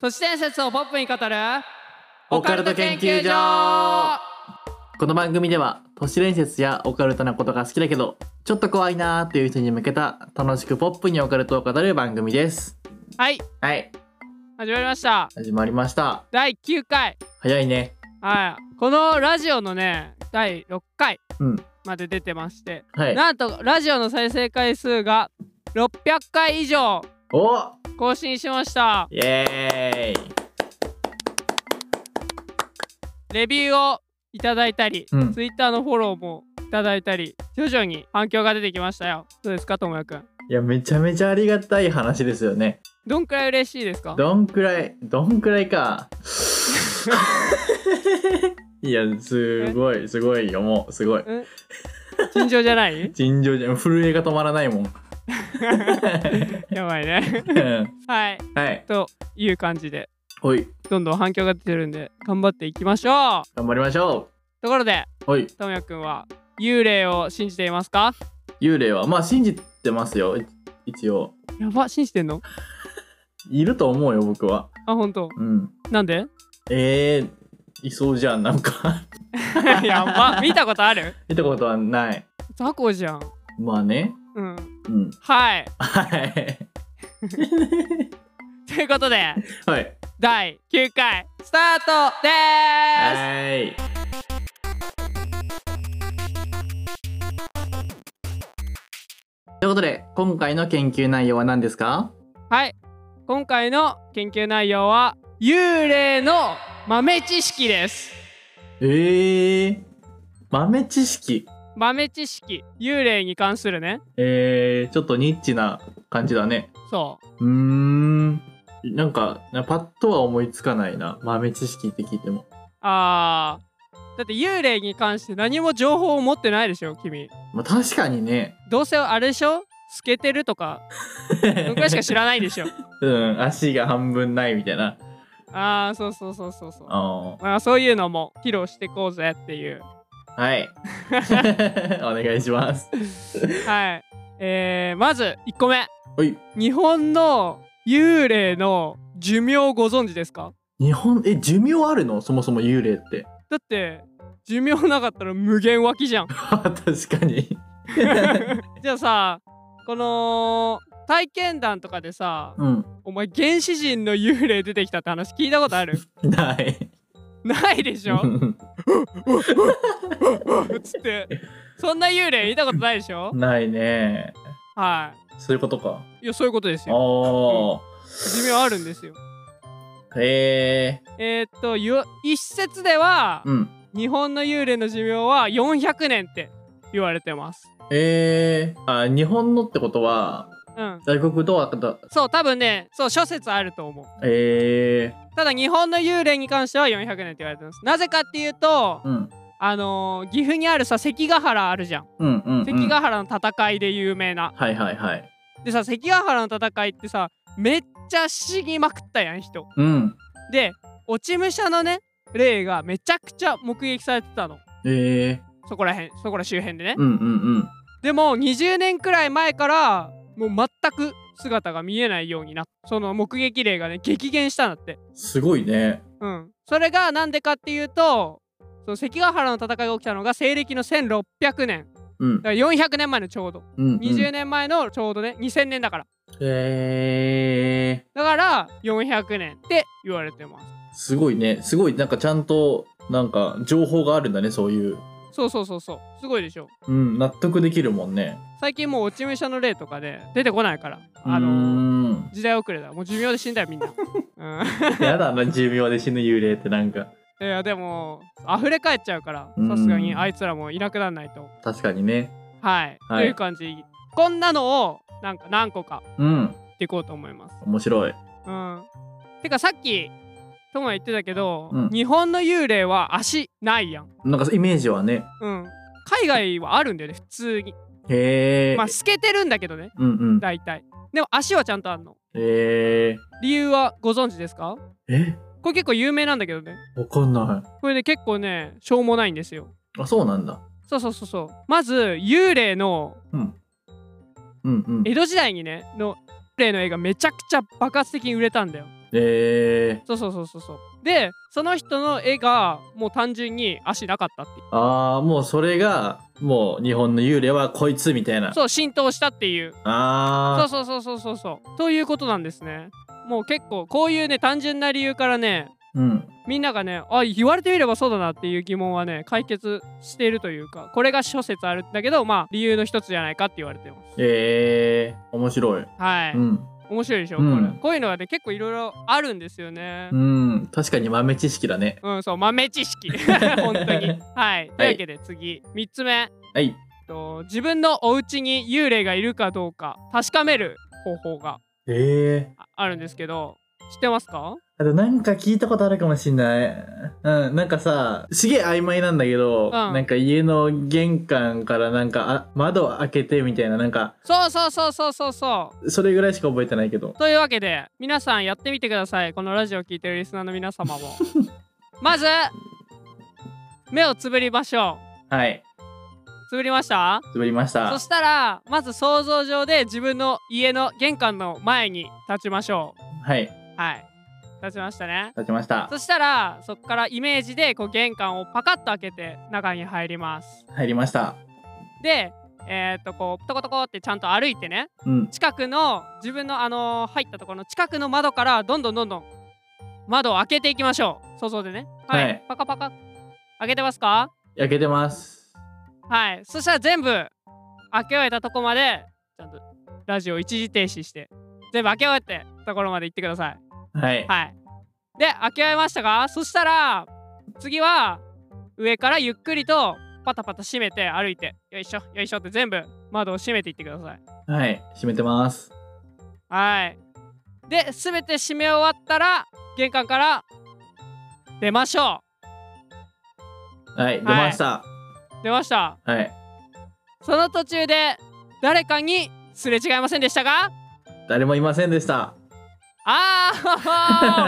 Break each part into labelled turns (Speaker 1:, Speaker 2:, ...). Speaker 1: 都市伝説をポップに語る
Speaker 2: オカルト研究所この番組では都市伝説やオカルトなことが好きだけどちょっと怖いなーっていう人に向けた楽しくポップにオカルトを語る番組です
Speaker 1: はい
Speaker 2: はい
Speaker 1: 始まりました
Speaker 2: 始まりました
Speaker 1: 第9回
Speaker 2: 早いね
Speaker 1: はいこのラジオのね第6回
Speaker 2: うん
Speaker 1: まで出てまして、
Speaker 2: はい
Speaker 1: なんとラジオの再生回数が600回以上
Speaker 2: お
Speaker 1: 更新しました
Speaker 2: イエーイ
Speaker 1: レビューをいただいたり、
Speaker 2: うん
Speaker 1: ツイッターのフォローもいただいたり徐々に反響が出てきましたよどうですかともやくん
Speaker 2: いやめちゃめちゃありがたい話ですよね
Speaker 1: どんくらい嬉しいですか
Speaker 2: どんくらいどんくらい かいやすごいすごいよもうすごい
Speaker 1: うん尋常じゃない
Speaker 2: 尋常じゃん震えが止まらないもん
Speaker 1: やばいね
Speaker 2: うん
Speaker 1: はい
Speaker 2: はい
Speaker 1: という感じで
Speaker 2: おい
Speaker 1: どんどん反響が出てるんで頑張っていきましょう
Speaker 2: 頑張りましょ
Speaker 1: ところで
Speaker 2: うおい
Speaker 1: ともやくんは幽霊を信じていますか
Speaker 2: 幽霊はまあ信じてますよい一応
Speaker 1: やば信じてんの
Speaker 2: いると思うよ僕は
Speaker 1: あ本当
Speaker 2: うん
Speaker 1: なん で
Speaker 2: えー、いそうじゃんなんか
Speaker 1: やば見たことある
Speaker 2: 見たことはない
Speaker 1: 雑魚じゃん
Speaker 2: まあね
Speaker 1: うん
Speaker 2: うん
Speaker 1: はい
Speaker 2: はい
Speaker 1: ということで
Speaker 2: はい
Speaker 1: 第9回スタートでーす
Speaker 2: はいということで今回の研究内容は何ですか
Speaker 1: はい今回の研究内容は幽霊の豆知識です
Speaker 2: えー、豆知識
Speaker 1: 豆知識幽霊に関するね
Speaker 2: えー、ちょっとニッチな感じだね
Speaker 1: そう
Speaker 2: うーんなんかなパッとは思いつかないな豆知識って聞いても
Speaker 1: あーだって幽霊に関して何も情報を持ってないでしょ君
Speaker 2: まあ、確かにね
Speaker 1: どうせあれでしょ透けてると か僕らしか知らないでしょ
Speaker 2: うん足が半分ないみたいな
Speaker 1: あーそうそうそうそうそう
Speaker 2: あ
Speaker 1: まあそういうのも披露してこうぜって いう
Speaker 2: ーはいお願いします
Speaker 1: はいえー、まず1個目
Speaker 2: おい
Speaker 1: 日本の幽霊の寿命ご存知ですか
Speaker 2: 日本え寿命あるのそもそも幽霊って
Speaker 1: だって寿命なかったら無限湧きじゃ ん
Speaker 2: 確かに
Speaker 1: じゃあさこの体験談とかでさ
Speaker 2: うん
Speaker 1: お前原始人の幽霊出てきたって話聞いたことあ る
Speaker 2: ない
Speaker 1: ないでしょつってそんな幽霊見たことないでしょ
Speaker 2: ないね
Speaker 1: は
Speaker 2: そういうことか
Speaker 1: いいやそういうことです
Speaker 2: あ
Speaker 1: よ
Speaker 2: ー
Speaker 1: 寿命あるんですよ
Speaker 2: へえ
Speaker 1: えー、っとよ一説では
Speaker 2: うん
Speaker 1: 日本の幽霊の寿命は400年って言われてます
Speaker 2: えー、あ日本のってことは
Speaker 1: うん
Speaker 2: 外国とはだ
Speaker 1: そう多分ねそう諸説あると思う
Speaker 2: え
Speaker 1: ただ日本の幽霊に関しては400年って言われてますなぜかっていうと
Speaker 2: ー、うん
Speaker 1: あのー岐阜にあるさ関ヶ原あるじゃん
Speaker 2: うんうん、うん、
Speaker 1: 関ヶ原の戦いで有名な、
Speaker 2: はいはいはい
Speaker 1: でさ関ヶ原の戦いってさめっちゃ死にまくったやん人
Speaker 2: うん
Speaker 1: で落ち武者のね霊がめちゃくちゃ目撃されてたの
Speaker 2: えー、
Speaker 1: そこら辺そこら周辺でね、
Speaker 2: うんうんうん
Speaker 1: でも20年くらい前からもう全く姿が見えないようになったその目撃例がね激減したんだって
Speaker 2: すごいね
Speaker 1: うんそれがなんでかっていうとその関ヶ原の戦いが起きたのが西暦の1600年
Speaker 2: うん
Speaker 1: だから400年前のちょうど
Speaker 2: うんうん
Speaker 1: 20年前のちょうどね2000年だから
Speaker 2: へえ
Speaker 1: だから400年って言われてます
Speaker 2: ー、すごいねすごいなんかちゃんとなんか情報があるんだねそういう
Speaker 1: そうそうそうそうすごいでしょ
Speaker 2: うん納得できるもんね
Speaker 1: 最近もう落ち武者の例とかで出てこないからあ
Speaker 2: う
Speaker 1: の
Speaker 2: ーん
Speaker 1: 時代遅れだもう寿命で死んだよ みんな、うん
Speaker 2: やだな寿命で死ぬ幽霊ってなんか
Speaker 1: いやでも溢れ返っちゃうから
Speaker 2: うん
Speaker 1: さすがにあいつらもいなくならないと
Speaker 2: 確かにね
Speaker 1: はい、
Speaker 2: はい
Speaker 1: という感じこんなのをなんか何個か
Speaker 2: うん
Speaker 1: 言っていこうと思います
Speaker 2: 面白い
Speaker 1: うんてかさっきとも言ってたけど、
Speaker 2: うん
Speaker 1: 日本の幽霊は足ないやん
Speaker 2: なんかイメージはね
Speaker 1: うん海外はあるんだよね普通に
Speaker 2: へえ
Speaker 1: まあ透けてるんだけどね
Speaker 2: うんうん
Speaker 1: 大体でも足はちゃんとあるの
Speaker 2: へえ
Speaker 1: 理由はご存知ですか
Speaker 2: え
Speaker 1: これ結構有名なんだけどね
Speaker 2: わかんな
Speaker 1: これね結構ねしょうもないんですよ
Speaker 2: いあそうなんだ
Speaker 1: そうそうそうそうまず幽霊の
Speaker 2: うんうんうん
Speaker 1: 江戸時代にねの幽霊の絵がめちゃくちゃ爆発的に売れたんだよ
Speaker 2: え
Speaker 1: そうそうそうそうそうでその人の絵がもう単純に足なかったっていう
Speaker 2: ー、ああもうそれがもう日本の幽霊はこいつみたいな
Speaker 1: そう浸透したっていう
Speaker 2: あ
Speaker 1: そう
Speaker 2: あ
Speaker 1: そうそうそうそうそうということなんですねもう結構こういうね単純な理由からね
Speaker 2: うん
Speaker 1: みんながねあ言われてみればそうだなっていう疑問はね解決しているというかこれが諸説あるんだけどまあ理由の一つじゃないかって言われてます
Speaker 2: ええー、面白い、
Speaker 1: はい、
Speaker 2: うん
Speaker 1: 面白いでしょ、これ
Speaker 2: うん
Speaker 1: こういうのがね結構いろいろあるんですよね
Speaker 2: うん確かに豆知識だね
Speaker 1: うん、そう豆知 識本当にはいというわけで次3つ目
Speaker 2: はい
Speaker 1: と自分のお家に幽霊がいるかどうか確かめる方法が
Speaker 2: ええー、
Speaker 1: ああるんですけど知ってますか
Speaker 2: あとなんか聞いたことあるかもしんない。うん、なんかさ、すげえ曖昧なんだけど、
Speaker 1: ん
Speaker 2: なんか家の玄関からなんかあ窓開けてみたいな、なんか
Speaker 1: そうそうそうそうそうそう
Speaker 2: それぐらいしか覚えてないけど。
Speaker 1: というわけで皆さんやってみてくださいこのラジオを聞いてるリスナーの皆様も まず目をつぶりましょ
Speaker 2: はい、
Speaker 1: うつぶりました
Speaker 2: 滑りました
Speaker 1: そ。したらまず想像上で自分の家の玄関の前に立ちましょう
Speaker 2: はい、
Speaker 1: はい立ちましたね
Speaker 2: 立ちました。
Speaker 1: そしたらそこからイメージでこう玄関をパカッと開けて中に入ります
Speaker 2: 入りました。
Speaker 1: でえー、っとこうトコトコってちゃんと歩いてね
Speaker 2: うん。
Speaker 1: 近くの自分のあのー入ったところの近くの窓からどんどんどんどん窓を開けていきましょう想像でねはい、
Speaker 2: はい
Speaker 1: パカパカ開けてますか
Speaker 2: 焼けてます。
Speaker 1: はいそしたら全部開け終えたとこまでちゃんとラジオ一時停止して全部開け終えてところまで行ってください
Speaker 2: はい。
Speaker 1: はいで開け終えましたかそしたら次は上からゆっくりとパタパタ閉めて歩いてよいしょよいしょって全部窓を閉めていってください
Speaker 2: はい、閉めてます。
Speaker 1: はい。で、すべて閉め終わったら、玄関から出ましょ
Speaker 2: はい、出ました。
Speaker 1: う。出ました。
Speaker 2: はい。
Speaker 1: その途中で、誰かにすれ違いませんでしたか
Speaker 2: 誰もいませんでした。
Speaker 1: あ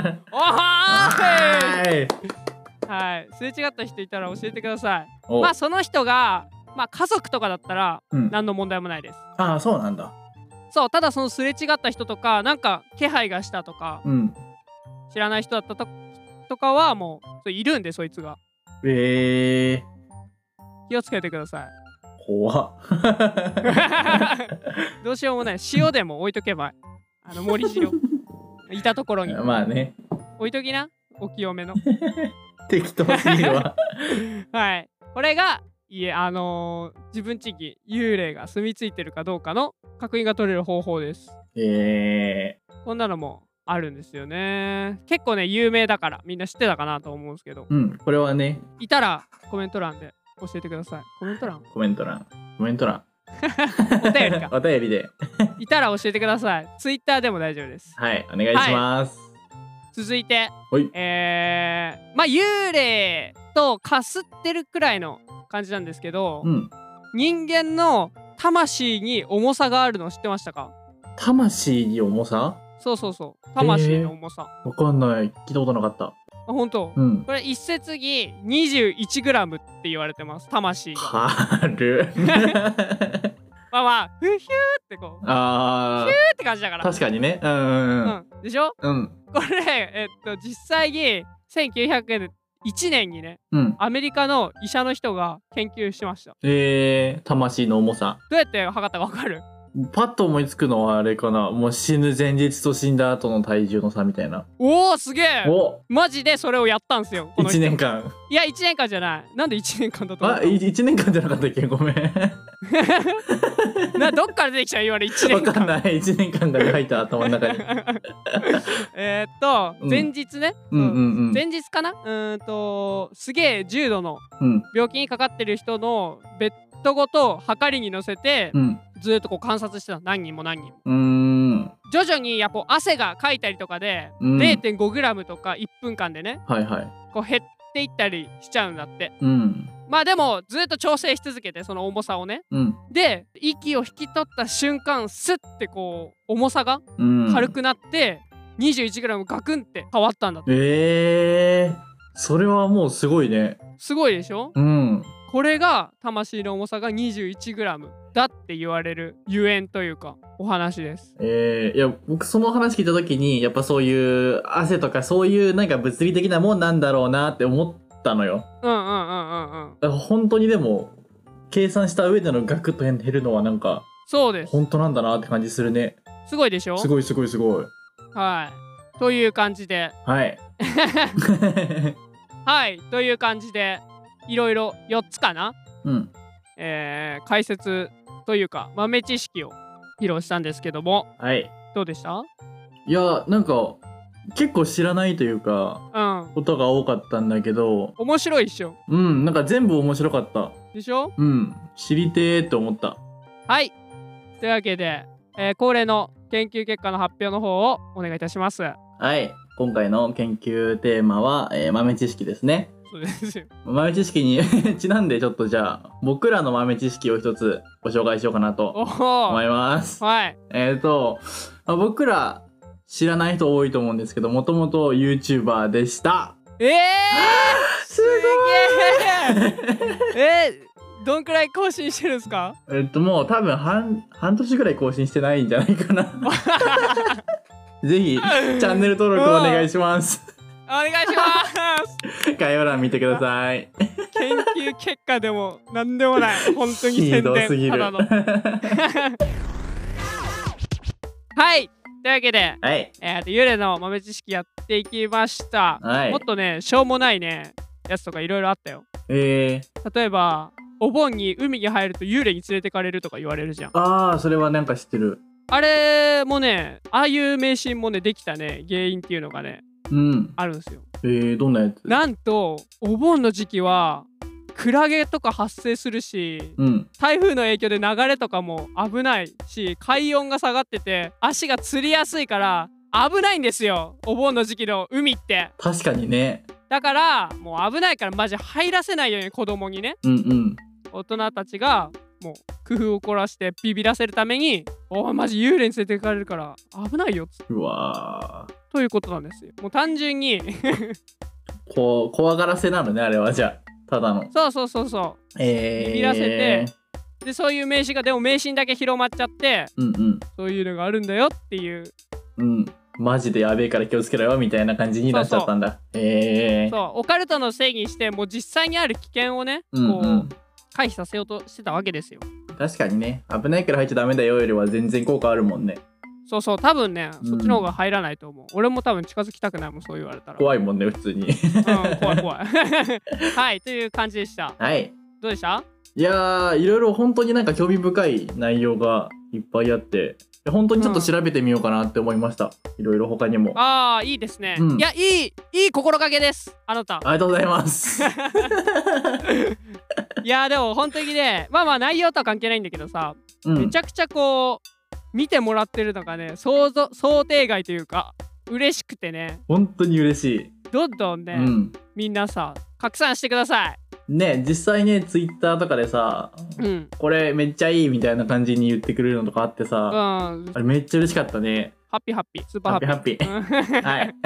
Speaker 1: ーおは
Speaker 2: は
Speaker 1: ー
Speaker 2: い。
Speaker 1: いはい。すれ違った人いたら教えてください。
Speaker 2: お、
Speaker 1: まあ、その人が、まあ、家族とかだったら、
Speaker 2: うん、
Speaker 1: 何の問題もないです。
Speaker 2: ああ、そうなんだ。
Speaker 1: そう、ただそのすれ違った人とか、なんか気配がしたとか、
Speaker 2: うん。
Speaker 1: 知らない人だったととかは、もう、そういるんで、そいつが。
Speaker 2: ええー、
Speaker 1: 気をつけてください。
Speaker 2: 怖っ。
Speaker 1: どうしようもない塩でも置いとけばあの森 塩いたところに
Speaker 2: まあね、
Speaker 1: 置いときなお清めの
Speaker 2: 適当すぎる わ。
Speaker 1: はいこれがいえあのー自分地域幽霊が住み着いてるかどうかの確認が取れる方法です
Speaker 2: え
Speaker 1: こんなのもあるんですよね結構ね有名だからみんな知ってたかなと思うんですけど
Speaker 2: ー、うん、これはね、
Speaker 1: いたらコメント欄で教えてくださいコメント欄
Speaker 2: コメント欄、コメント欄、
Speaker 1: お便りか
Speaker 2: お便りで、
Speaker 1: いたら教えてくださいツイッターでも大丈夫です
Speaker 2: はい、お願いします。
Speaker 1: 続いて
Speaker 2: はい、
Speaker 1: えー、まあ幽霊とかすってるくらいの感じなんですけど、
Speaker 2: うん、
Speaker 1: 人間の魂に重さがあるの知ってましたか
Speaker 2: 魂に重さ
Speaker 1: そうそうそう魂の重さ、
Speaker 2: わかんない、聞いたことなかった。
Speaker 1: あ本当、
Speaker 2: うん。
Speaker 1: これ一説に 21g って言われてます魂が
Speaker 2: はる。
Speaker 1: まあまあふひゅーってこうふ
Speaker 2: あ
Speaker 1: ーって感じだから
Speaker 2: あ、確かにね。うんうんうん。
Speaker 1: うん、でしょ
Speaker 2: うん。
Speaker 1: これえっと実際に1901年にね
Speaker 2: うん。
Speaker 1: アメリカの医者の人が研究してました
Speaker 2: えー、魂の重さ。
Speaker 1: どうやって測ったかわかる
Speaker 2: パッと思いつくのはあれかな。もう死ぬ前日と死んだ後の体重の差みたいな。
Speaker 1: おおすげえ
Speaker 2: お
Speaker 1: マジでそれをやったんすよこの人
Speaker 2: 一年間。
Speaker 1: いや1年間じゃないなんで1年間だと思
Speaker 2: あ、い
Speaker 1: っ
Speaker 2: 一年間じゃなかったっけごめん。
Speaker 1: たなどっから出てきた今の1
Speaker 2: わ
Speaker 1: 年
Speaker 2: かん
Speaker 1: 間
Speaker 2: ない。一年間が入った頭の中に。
Speaker 1: えーっと、
Speaker 2: うん
Speaker 1: 前日ね、
Speaker 2: うんうんうん。
Speaker 1: 前日かなうーんとすげえ重度の
Speaker 2: うん
Speaker 1: 病気にかかってる人のベッドごとはかりに乗せて
Speaker 2: うん。
Speaker 1: ずーっとこう観察してたの何人も何人も
Speaker 2: うーん。
Speaker 1: 徐々にやっぱ汗がかいたりとかで、
Speaker 2: うん
Speaker 1: 0 5ムとか1分間でね
Speaker 2: はいはい。
Speaker 1: こう減っていったりしちゃうんだって
Speaker 2: うん。
Speaker 1: まあでもずーっと調整し続けてその重さをね
Speaker 2: うん。
Speaker 1: で息を引き取った瞬間スッてこう重さが
Speaker 2: うん。
Speaker 1: 軽。くなって、21g ガクンって変わったんだって
Speaker 2: ええー。それはもうすごいね。
Speaker 1: すごいでしょ
Speaker 2: うん。
Speaker 1: これが魂の重さが 21g だって言われるゆえんというかお話です
Speaker 2: えー、いや僕その話聞いた時にやっぱそういう汗とかそういうなんか物理的なもんなんだろうなって思ったのよ
Speaker 1: うんうんうんうんうん
Speaker 2: だから本当にでも計算した上での額と減るのはなんか
Speaker 1: そうです
Speaker 2: 本当なんだなって感じするね
Speaker 1: すごいでしょ
Speaker 2: すごいすごいすごい
Speaker 1: はいという感じで
Speaker 2: はい
Speaker 1: はいという感じでいろいろ4つかな、
Speaker 2: うん
Speaker 1: えー解説というか豆知識を披露したんですけども
Speaker 2: はい
Speaker 1: どうでした
Speaker 2: いやなんか結構知らないというか
Speaker 1: うん
Speaker 2: ことが多かったんだけど
Speaker 1: 面白いっしょ
Speaker 2: うんなんか全部面白かった
Speaker 1: でしょ
Speaker 2: うん知りてーって思った
Speaker 1: はいというわけで、えー恒例の研究結果の発表の方をお願いいたします
Speaker 2: はい今回の研究テーマは、えー豆知識ですね
Speaker 1: そうですよ
Speaker 2: 豆知識に ちなんでちょっとじゃあ僕らの豆知識を一つご紹介しようかな
Speaker 1: お
Speaker 2: と思
Speaker 1: お
Speaker 2: います
Speaker 1: はい
Speaker 2: えっ、と、まあ僕ら知らない人多いと思うんですけどもともと YouTuber でした
Speaker 1: えー、
Speaker 2: す
Speaker 1: す
Speaker 2: い
Speaker 1: げええー、どんくらい更新してるんですか
Speaker 2: えっともう多分半半年ぐらい更新してないんじゃない かなぜひチャンネル登録お願い します
Speaker 1: お願いします
Speaker 2: 概要欄見てください
Speaker 1: 研究結果でもなんでもない本当に宣
Speaker 2: ひどす
Speaker 1: 伝
Speaker 2: ぎ
Speaker 1: た
Speaker 2: る
Speaker 1: だの
Speaker 2: は
Speaker 1: はいというわけで、
Speaker 2: い
Speaker 1: えー、と幽霊の豆知識やっていきました、
Speaker 2: はい
Speaker 1: もっとねしょうもないねやつとかいろいろあったよ
Speaker 2: えー、
Speaker 1: 例えばお盆に海に入ると幽霊に連れてかれるとか言われるじゃん
Speaker 2: ああそれはなんか知ってる
Speaker 1: あれもねああいう迷信もねできたね原因っていうのがね
Speaker 2: うん
Speaker 1: あるんですよ
Speaker 2: えー、どんなやつ
Speaker 1: なんとお盆の時期はクラゲとか発生するし
Speaker 2: うん
Speaker 1: 台風の影響で流れとかも危ないし海温が下がってて足がつりやすいから危ないんですよお盆の時期の海って
Speaker 2: 確かにね
Speaker 1: だからもう危ないからマジ入らせないように子供にね
Speaker 2: うんうん
Speaker 1: 大人たちがもう工夫を凝らしてビビらせるために「おいマジ幽霊に連れて行かれるから危ないよ」つ
Speaker 2: うわー
Speaker 1: ということなんですよもう単純に
Speaker 2: こう怖がらせなのねあれはじゃあただの
Speaker 1: そうそうそうそ
Speaker 2: えー、
Speaker 1: ビビらせてうでそういう名刺がでも迷信だけ広まっちゃって
Speaker 2: うんうん
Speaker 1: そういうのがあるんだよっていう
Speaker 2: うんマジでやべえから気をつけろよみたいな感じになっちゃったんだええー、
Speaker 1: そうオカルトのせいにしてもう実際にある危険をねこう、
Speaker 2: うんうん
Speaker 1: 回避させようとしてたわけですよ
Speaker 2: 確かにね危ないから入っちゃダメだよよりは全然効果あるもんね
Speaker 1: そうそう多分ね、
Speaker 2: うん
Speaker 1: そっちの方が入らないと思う俺も多分近づきたくないもんそう言われたら
Speaker 2: 怖いもんね普通に
Speaker 1: う ん、怖い怖いはい という感じでした
Speaker 2: はい
Speaker 1: どうでした
Speaker 2: いやーいろいろ本当になんか興味深い内容がいっぱいあって本当にちょっと調べてみようかなって思いました、いろいろ他にも
Speaker 1: あ
Speaker 2: あ
Speaker 1: あいいですね、
Speaker 2: うん
Speaker 1: いやいいいい心掛けですあなた
Speaker 2: りがとうございます
Speaker 1: いやでも本当にねまあまあ内容とは関係ないんだけどさ、
Speaker 2: うん
Speaker 1: めちゃくちゃこう見てもらってるのがね想像想定外というか嬉しくてね
Speaker 2: 本当に嬉しい、
Speaker 1: どんどんね、
Speaker 2: うん
Speaker 1: みんなさ拡散してください
Speaker 2: ね実際ねツイッターとかでさ
Speaker 1: うん
Speaker 2: これめっちゃいいみたいな感じに言ってくれるのとかあって
Speaker 1: うん
Speaker 2: さ、
Speaker 1: ハ
Speaker 2: あれめっちゃ嬉しかったね
Speaker 1: ッピーハッピースーパー
Speaker 2: ハ
Speaker 1: ハ
Speaker 2: ッピーハッピ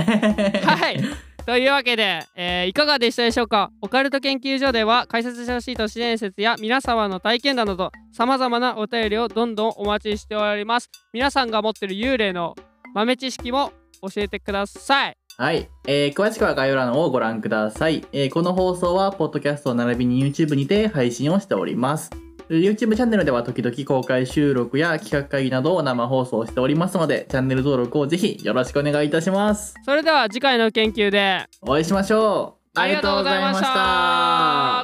Speaker 2: ー
Speaker 1: ッピー
Speaker 2: はいい
Speaker 1: はいというわけで、えーいかがでしたでしょうかオカルト研究所では解説してほしい都市伝説や皆様の体験談などさまざまなお便りをどんどんお待ちしております皆さんが持ってる幽霊の豆知識も教えてください
Speaker 2: はい、えー詳しくは概要欄をご覧ください、えーこの放送はポッドキャスト並びに YouTube にて配信をしております YouTube チャンネルでは時々公開収録や企画会議などを生放送しておりますのでチャンネル登録をぜひよろしくお願いいたします
Speaker 1: それでは次回の研究で
Speaker 2: お会いしましょうありがとうございました